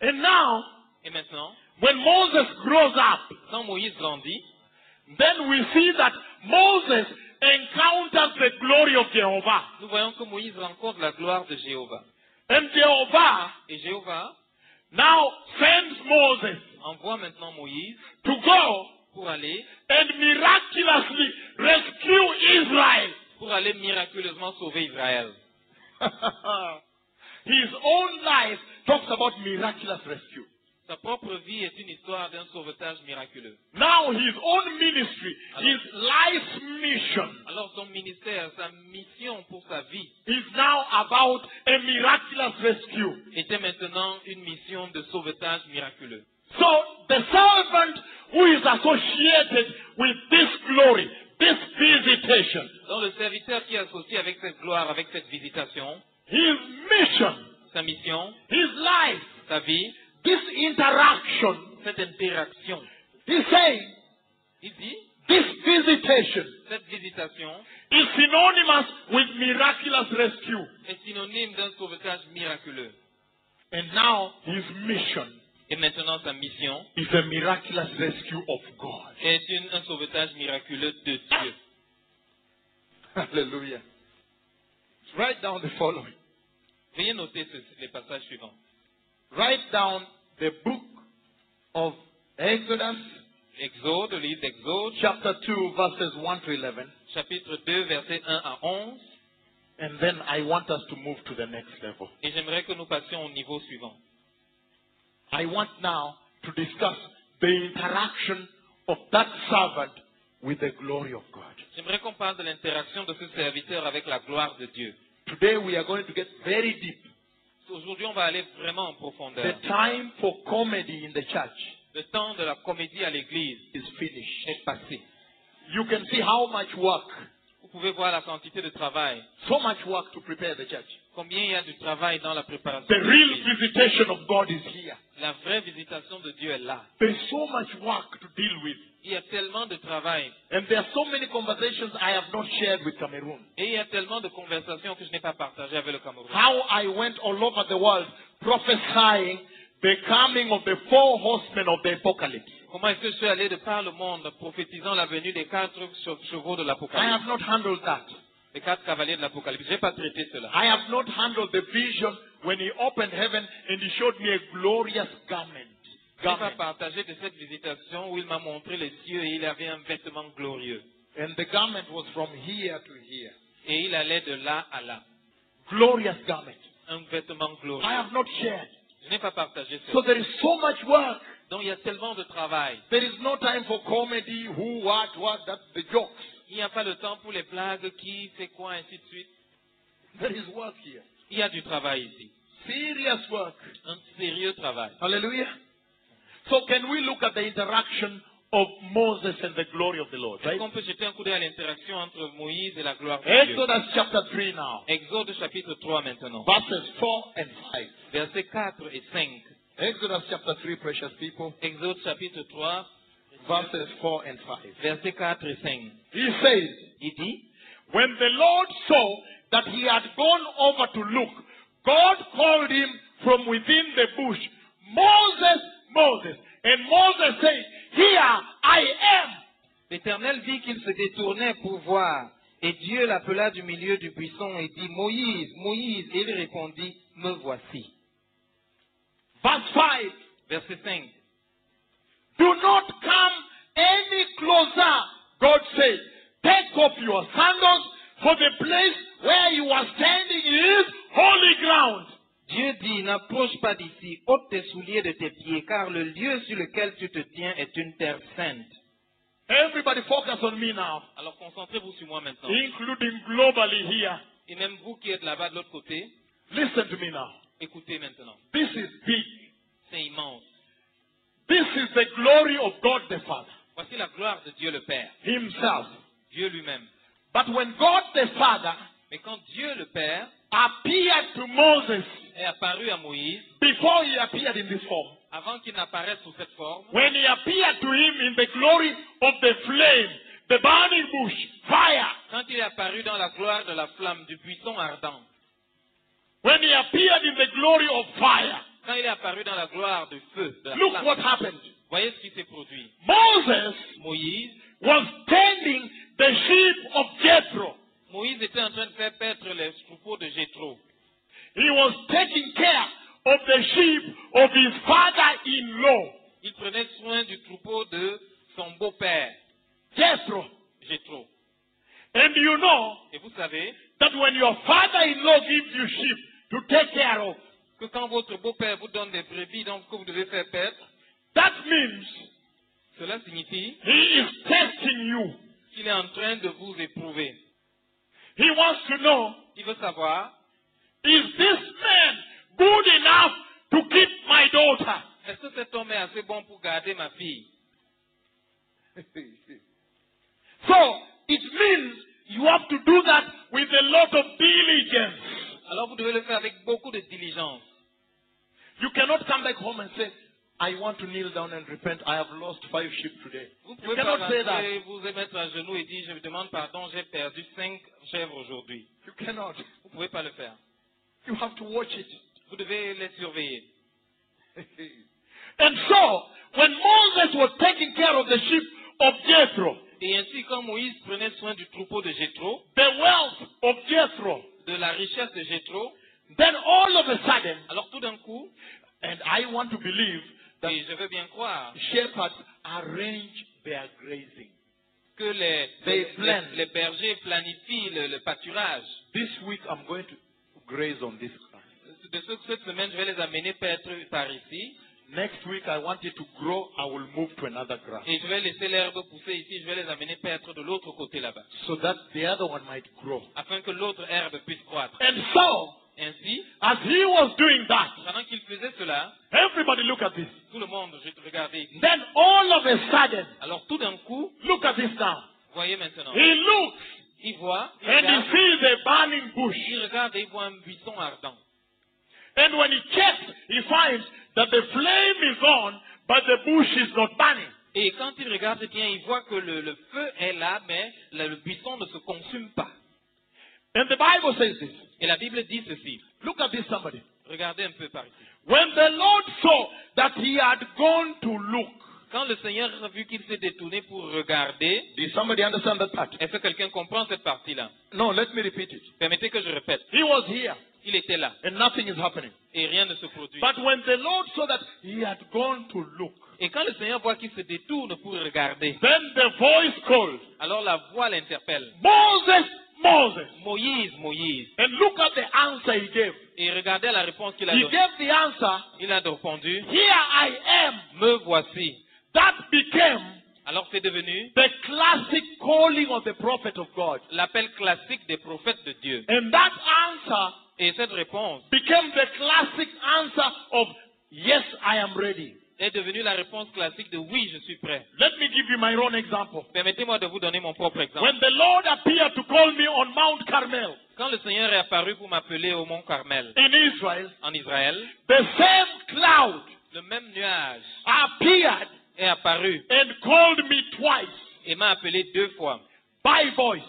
And now,
Et maintenant,
When Moses grows up,
quand Moïse grandit,
then we see that Moses encounters the glory of Jehovah.
nous voyons que Moïse rencontre la gloire de Jéhovah.
And Jehovah
Et Jéhovah
now sends Moses
envoie maintenant Moïse
to go
pour aller,
and miraculously rescue Israel.
pour aller miraculeusement sauver Israël.
His own life talks about miraculous rescue.
Sa propre vie est une histoire d'un sauvetage miraculeux.
Now his own ministry, his life's mission
Alors son ministère, sa mission pour sa vie
is now about a miraculous rescue.
était maintenant une mission de sauvetage miraculeux.
So the servant who is associated with this glory, this visitation,
Donc le serviteur qui est associé avec cette gloire, avec cette visitation,
his mission,
sa mission,
his life,
sa vie,
this interaction,
cette interaction,
he's saying
il dit,
this visitation
cette visitation
is synonymous with miraculous rescue.
est synonyme d'un sauvetage miraculeux.
And now his mission
Et maintenant sa mission
is a miraculous rescue of God.
est une- un sauvetage miraculeux de Dieu.
Hallelujah. Write down the following.
Veuillez noter ce- les passages suivants.
Write down the book of Exodus.
Exode, le livre d'Exode,
chapter 2, verses 1 to 11,
chapitre 2, versets 1 à 11.
and then I want us to move to the next level.
Et j'aimerais que nous passions au niveau suivant.
I want now to discuss the interaction of that servant with the glory of God.
J'aimerais qu'on parle de l'interaction de ce serviteur avec la gloire de Dieu.
Today we are going to get very deep.
Aujourd'hui, on va aller vraiment en profondeur.
The time for comedy in the church
Le temps de la comédie à l'église
is finished.
est passé.
You can see how much work
Vous pouvez voir la quantité de travail.
So much work to prepare the church.
Combien il y a du travail dans la préparation.
The
de
real
l'Église.
visitation of God is here.
La vraie visitation de Dieu est là.
There is so much work to deal with.
Il y a tellement de travail
And there are so many conversations I have not shared with Cameroon.
et il y a tellement de conversations que je n'ai pas partagées avec le Cameroun.
How I went all over the world prophesying the coming of the four horsemen of the apocalypse.
Comment est-ce que je suis allé de par le monde prophétisant la venue des quatre che- chevaux de
I have
l'Apocalypse,
not handled that.
des quatre cavaliers de l'Apocalypse? Je n'ai pas traité cela.
I have not handled the vision when he opened heaven and he showed me a glorious garment.
Je n'ai pas
garment.
partagé de cette visitation où il m'a montré les cieux et il avait un vêtement glorieux.
And the garment was from here to here.
Et il allait de là à là.
Glorious garment.
Un vêtement
I
glorieux.
have not shared.
Je n'ai pas partagé
So
cela.
there is so much work.
Donc il y a tellement de travail.
There is no time for comedy, who, what, what, that's the jokes.
Il n'y a pas le temps pour les blagues, qui, c'est quoi, ainsi de suite.
There is work here.
Il y a du travail ici.
Serious work.
Un sérieux travail.
Hallelujah. So can we look at the interaction of Moses and the glory of the Lord,
Est-ce
right?
qu'on peut jeter un coup d'œil à l'interaction entre Moïse et la gloire de Dieu
Exodus chapter 3 now,
Exode chapitre 3 maintenant.
verses 4 and 5.
Versets 4 et 5.
Exodus chapter 3, precious people,
Exode chapitre 3,
verses 4 and 5.
versets 4 et 5.
He says,
Il dit,
When the Lord saw that he had gone over to look, God called him from within the bush, Moses, Moses. And Moses said, Here I am.
L'Éternel vit qu'il se détournait pour voir. Et Dieu l'appela du milieu du buisson et dit, Moïse, Moïse. Et il répondit, Me voici.
Verse 5
Verset 5.
Do not come any closer, God said. Take off your sandals, for the place where you are standing is holy ground.
Dieu dit, N'approche pas d'ici, ôte tes souliers de tes pieds, car le lieu sur lequel tu te tiens est une terre sainte.
Everybody focus on me now,
Alors concentrez-vous sur moi maintenant.
including globally here.
Et même vous qui êtes là-bas de l'autre côté,
Listen to me now.
écoutez maintenant.
This is big.
C'est immense.
This is the glory of God the Father
Voici la gloire de Dieu le Père,
Himself.
Dieu lui-même.
But when God the Father
Mais quand Dieu le Père
appeared to Moses
est apparu à Moïse,
before he appeared in this form,
avant qu'il n'apparaisse sous cette forme,
when he appeared to him in the glory of the flame, the burning bush, fire,
quand il est apparu dans la gloire de la flamme du buisson ardent,
when he appeared in the glory of fire,
quand il est apparu dans la gloire du feu, de la
look
flamme,
what happened.
voyez ce qui s'est produit.
Moses
Moïse,
was tending the sheep of Jethro.
Moïse était en train de faire paître les troupeaux de Jétro.
He was taking care of the sheep of his father-in-law,
Il prenait soin du troupeau de son beau-père,
Jethro.
Jétro.
And you know,
Et vous savez
that when your father-in-law gives you sheep to take care of,
que quand votre beau-père vous donne des brebis, donc que vous devez faire paître,
that means
cela signifie
he is testing you.
qu'il est en train de vous éprouver.
He wants to know,
Il veut savoir,
is this man good enough to keep my daughter?
est-ce que cet homme est assez bon pour garder ma fille
So, it means you have to do that with a lot of diligence.
Alors vous devez le faire avec beaucoup de diligence.
You cannot come back home and say, I want to kneel down and repent. I have lost five sheep today.
Vous
You
pouvez pas
cannot say that.
rentrer, vous mettre à genoux et dire, je vous demande pardon, j'ai perdu cinq chèvres aujourd'hui.
You cannot.
Vous pouvez pas le faire.
You have to watch it.
Vous devez les surveiller.
And so, when Moses was taking care of the sheep of Jethro,
Et ainsi, quand Moïse prenait soin du troupeau de Jétro,
the wealth of Jethro,
de la richesse de Jétro,
then all of a sudden,
alors tout d'un coup,
and I want to believe that
et je veux bien croire
shepherds arrange their grazing.
que les,
They
les,
plan.
les bergers planifient le, le pâturage.
This week I'm going to graze on this grass.
De ce, cette semaine, je vais les amener paître par ici
Next week I want it to grow, I will move to another grass.
et je vais laisser l'herbe pousser ici, je vais les amener paître de l'autre côté là-bas
So that the other one might grow.
afin que l'autre herbe puisse croître.
And so,
Ainsi,
as he was doing that,
pendant qu'il faisait cela,
everybody look at this.
tout le monde, je te regardais ici.
Then all of a sudden,
Alors tout d'un coup,
look at this now.
voyez maintenant,
He looks
Il voit, il
and he
regarde,
sees a burning bush.
il regarde et il voit un buisson ardent.
And when he checks, he finds that the flame is on, but the bush is not burning.
Et quand il regarde bien, il voit que le, le feu est là, mais le, le buisson ne se consume pas.
And the Bible says this.
Et la Bible dit ceci.
Look at this, somebody.
Regardez un peu par ici.
When the Lord saw that he had gone to look,
Quand le Seigneur a vu qu'il s'est détourné pour regarder,
did somebody understand that part?
est-ce que quelqu'un comprend cette partie-là
No, let me repeat it.
Permettez que je répète.
He was here,
Il était là
and nothing is happening.
et rien ne se produit.
But when the Lord saw that he had gone to look,
Et quand le Seigneur voit qu'il se détourne pour regarder,
then the voice called,
alors la voix l'interpelle.
Moses, Moses.
Moïse, Moïse.
And look at the answer he gave.
Et regardez la réponse qu'il a
He
donnée.
gave the answer,
Il a répondu,
Here I am.
me voici.
That became
Alors c'est devenu
the classic calling of the prophet of God.
l'appel classique des prophètes de Dieu.
And that answer
Et cette réponse
became the classic answer of, Yes, I am ready.
est devenue la réponse classique de oui, je suis prêt.
Let me give you my own example.
Permettez-moi de vous donner mon propre exemple.
When the Lord appeared to call me on Mount Carmel
Quand le Seigneur est apparu pour m'appeler au mont Carmel,
in Israel,
en Israël,
the same cloud
le même nuage
appeared
est apparu
and called me twice
et m'a appelé deux fois,
by voice.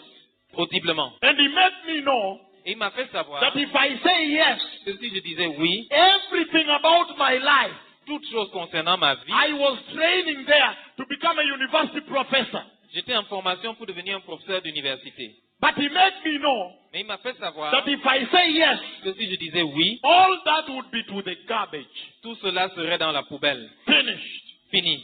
audiblement.
And he made me know
Et il m'a fait savoir
that if I say yes,
que si je disais oui,
everything about my life,
toutes choses concernant ma vie,
I was training there to become a university professor.
j'étais en formation pour devenir un professeur d'université.
But he made me know
Mais il m'a fait savoir
that if I say yes,
que si je disais oui,
all that would be to the garbage.
tout cela serait dans la poubelle.
Finished.
Fini.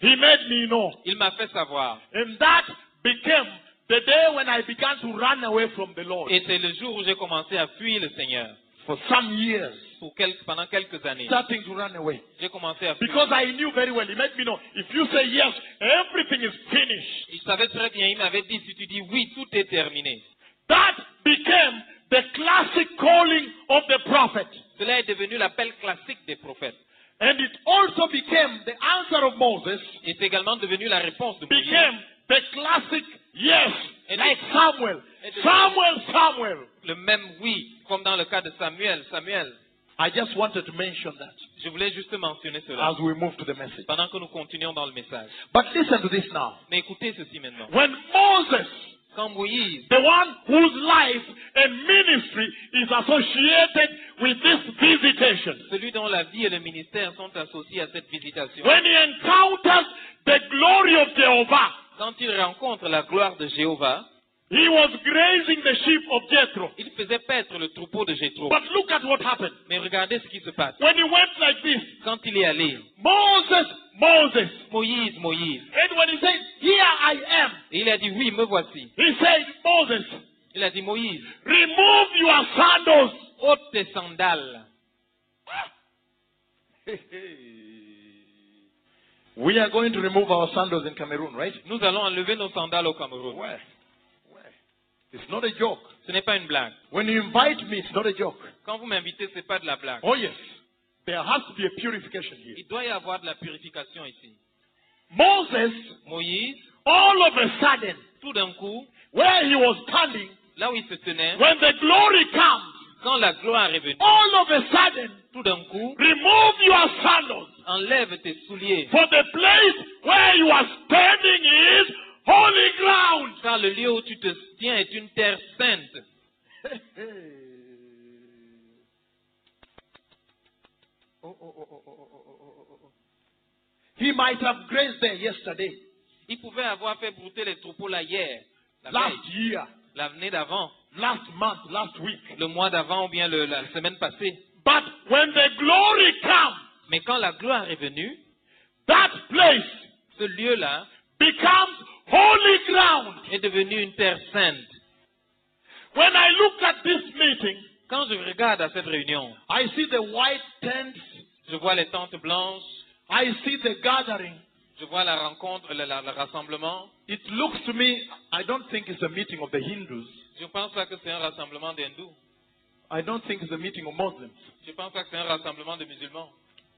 He made me know.
Il m'a fait savoir.
And that became the day when I began to run away from the Lord
Et c'est le jour où j'ai commencé à fuir le Seigneur.
for some years.
Pour quel- pendant quelques années,
Starting to run away.
j'ai commencé à fuir.
Because I knew very well. He made me know. If you say yes, everything is finished.
Il savait très bien, il m'avait dit, si tu dis oui, tout est terminé.
That became the classic calling of the prophet.
Cela est devenu l'appel classique des prophètes.
And it also became the answer of Moses,
Et c'est également devenu la réponse de Moïse.
became the classic yes,
And
like
it-
Samuel.
and it-
Samuel, Samuel.
Le même oui, comme dans le cas de Samuel. Samuel,
I just wanted to mention that
je voulais juste mentionner cela
as we move to the message.
pendant que nous continuons dans le message.
But listen to this now.
Mais écoutez ceci maintenant.
When Moses
Quand Moïse,
The one whose life and ministry is associated with this visitation.
celui dont la vie et le ministère sont associés à cette visitation,
When he encounters the glory of Jehovah,
quand il rencontre la gloire de Jéhovah,
he was grazing the sheep of Jethro.
il faisait paître le troupeau de Jétro.
But look at what happened.
Mais regardez ce qui se passe.
When he went like this,
Quand il est allé,
Moses, Moses.
Moïse, Moïse,
And when he said, Here I am,
et il a dit, oui, me voici.
he said, Moses,
Il a dit, Moïse,
remove your sandals.
ôte tes sandales.
We are going to remove our sandals in Cameroon, right?
Nous allons enlever nos sandales au Cameroun.
Where? Where? It's not a joke.
Ce n'est pas une blague.
When you invite me, it's not a joke.
Quand vous m'invitez, ce n'est pas de la blague.
Oh, yes. There has to be a purification here.
Il doit y avoir de la purification ici.
Moses,
Moïse,
all of a sudden,
tout d'un coup,
where he was standing,
là où il se tenait,
when the glory comes,
quand la gloire est venue,
all of a sudden,
tout d'un coup,
remove your sandals,
enlève tes souliers.
for the place where you are standing is holy ground.
Car le lieu où tu te tiens est une terre sainte.
Oh, He might have grazed there yesterday,
Il pouvait avoir fait brouter les troupeaux là hier, la
last
veille,
year,
l'année d'avant,
last month, last week.
le mois d'avant ou bien le- la semaine passée.
But when the glory comes,
Mais quand la gloire est venue,
that place
ce lieu-là
becomes holy ground.
est devenu une terre sainte.
When I look at this meeting,
Quand je regarde à cette réunion,
I see the white tents,
je vois les tentes blanches,
I see the gathering.
je vois la rencontre, le, la- le rassemblement.
It looks to me, I don't think it's a meeting of the Hindus.
Je pense pas que c'est un rassemblement d'hindous.
I don't think it's a meeting of Muslims
Je pense pas que c'est un rassemblement de musulmans.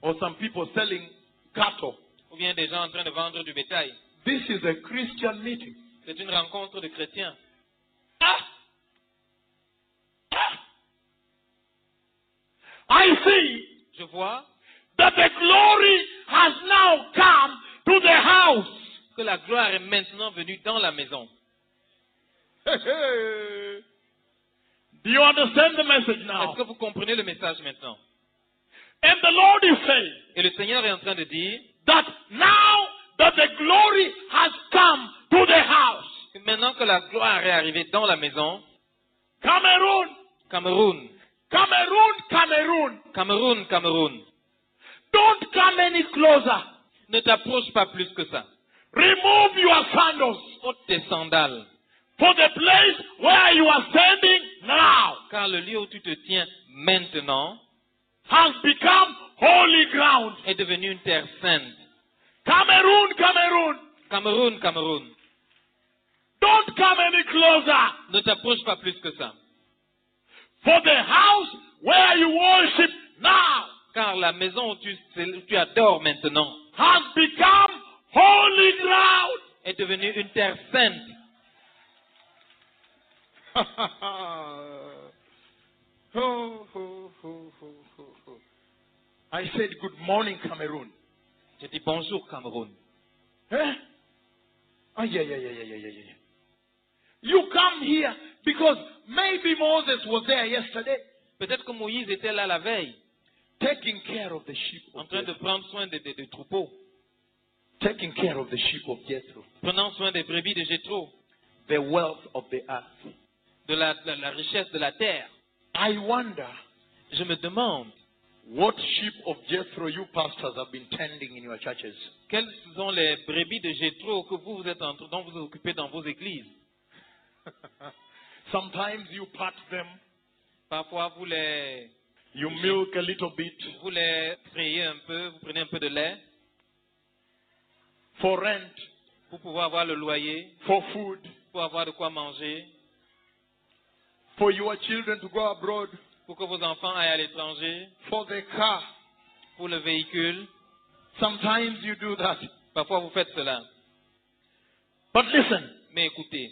or some people selling cattle.
Ou bien des gens en train de vendre du bétail.
This is a Christian meeting.
C'est une rencontre de chrétiens.
Ah! Ah! I see
Je vois
that the glory has now come to the house.
que la gloire est maintenant venue dans la maison.
Do you understand the message now?
Est-ce que vous comprenez le message maintenant
And the Lord is saying
Et le Seigneur est en train de dire
that now that the glory has come to the house,
que maintenant que la gloire est arrivée dans la maison,
Cameroon,
Cameroun,
Cameroon, Cameroon,
Cameroun, Cameroun,
don't come any closer.
ne t'approche pas plus que ça.
Remove your sandals,
Ôte tes sandales,
for the place where you are standing now
car le lieu où tu te tiens maintenant
has become holy ground.
est devenu une terre sainte.
Cameroon, Cameroon,
Cameroun, Cameroun,
don't come any closer,
ne t'approche pas plus que ça.
for the house where you worship now
Car la maison où tu, où tu adores maintenant
has become holy ground.
est devenue une terre sainte.
Oh, I said, Good morning, Cameroon.
Je dis bonjour Cameroun.
Eh? Ah, yeah, yeah, yeah, yeah, yeah, yeah, yeah. You come here because maybe Moses was there yesterday
Peut-être que Moïse était là la veille,
taking care of the sheep
en
of
train de
Jethro,
prendre soin des, des- des troupeaux,
taking care of the sheep of Jethro,
prenant soin des brebis de Jétro,
the wealth of the earth.
de la, de la richesse de la terre.
I wonder
Je me demande
what sheep of Jethro you pastors have been tending in your churches.
quelles sont les brebis de Jétro que vous vous êtes en, dont vous vous occupez dans vos églises.
Sometimes you pat them,
Parfois vous les
you milk a little bit
vous les frayez un peu, vous prenez un peu de lait
for rent,
pour pouvoir avoir le loyer,
for food,
pour avoir de quoi manger,
for your children to go abroad,
pour que vos enfants aillent à l'étranger,
for the car.
pour le véhicule.
Sometimes you do that.
Parfois vous faites cela.
But listen,
Mais écoutez,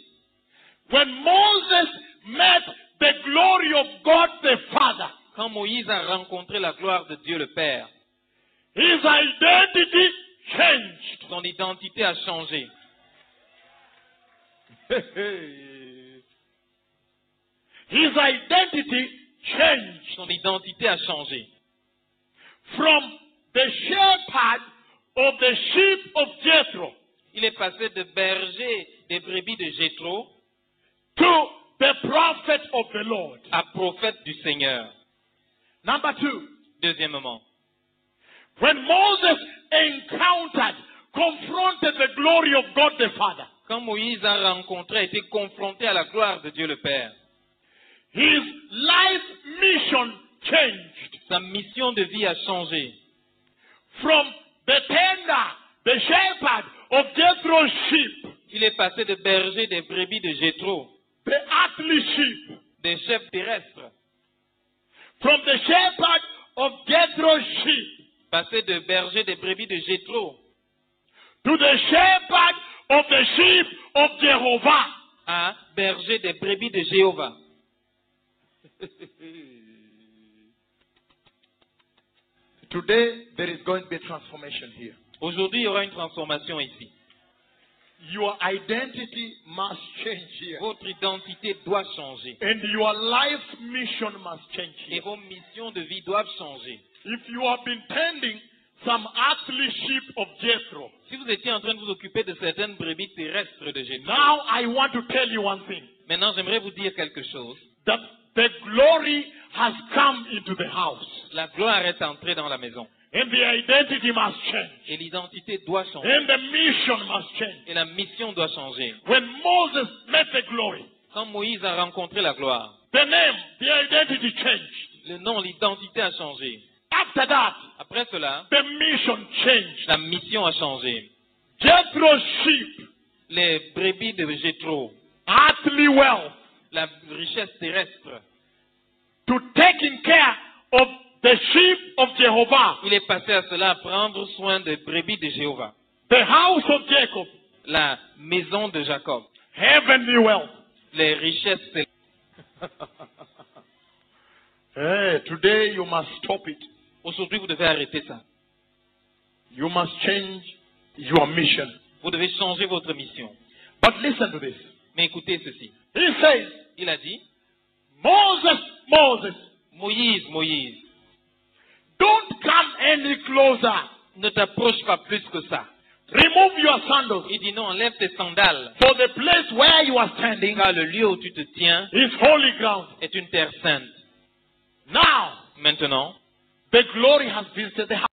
when Moses met the glory of God the Father,
quand Moïse a rencontré la gloire de Dieu le Père,
his identity changed.
son identité a changé.
his identity changed
Son identité a changé.
from the shepherd of the sheep of Jethro
Il est passé de berger des brebis de Jétro
to the prophet of the Lord.
à prophète du Seigneur.
Number two,
Deuxièmement,
when Moses encountered, confronted the glory of God the Father,
quand Moïse a rencontré, a été confronté à la gloire de Dieu le Père,
his life mission changed
sa mission de vie a changé.
from the tender, the shepherd of Jethro's sheep,
Il est passé de berger des brebis de Jétro,
the earthly sheep,
des chefs terrestres,
from the shepherd of Jethro's sheep
passé de berger des brebis de Jétro
to the shepherd of the sheep of Jehovah.
à berger des brebis de Jéhovah.
Today, there is going to be a transformation here.
Aujourd'hui, il y aura une transformation ici.
Your identity must change here.
Votre identité doit changer.
And your life mission must change
Et
here.
vos missions de vie doivent changer.
If you have been tending some earthly sheep of Jethro,
Si vous étiez en train de vous occuper de certaines brebis terrestres de Jéhovah,
now I want to tell you one thing
maintenant j'aimerais vous dire quelque chose.
that the glory has come into the house,
La gloire est entrée dans la maison.
and the identity must change,
Et l'identité doit changer.
and the mission must change.
Et la mission doit changer.
When Moses met the glory,
Quand Moïse a rencontré la gloire,
the name, the identity changed.
le nom, l'identité a changé.
After that,
Après cela,
the mission changed.
la mission a changé.
Jethro's sheep,
Les brebis de Jétro,
earthly wealth,
la richesse terrestre,
to taking care of the sheep of Jehovah,
il est passé à cela à prendre soin des brebis de Jéhovah.
the house of Jacob,
la maison de Jacob.
heavenly wealth.
les richesses célestes.
Eh, today you must stop it.
Aujourd'hui, vous devez arrêter ça.
You must change your mission.
Vous devez changer votre mission.
But listen to this.
Mais écoutez ceci.
He says,
Il a dit,
Moses, Moses,
Moïse, Moïse,
don't come any closer.
ne t'approche pas plus que ça.
Remove your sandals.
Il dit non, enlève tes sandales,
For the place where you are standing
car le lieu où tu te tiens
is holy ground.
est une terre sainte.
Now,
Maintenant,
the glory has visited the house.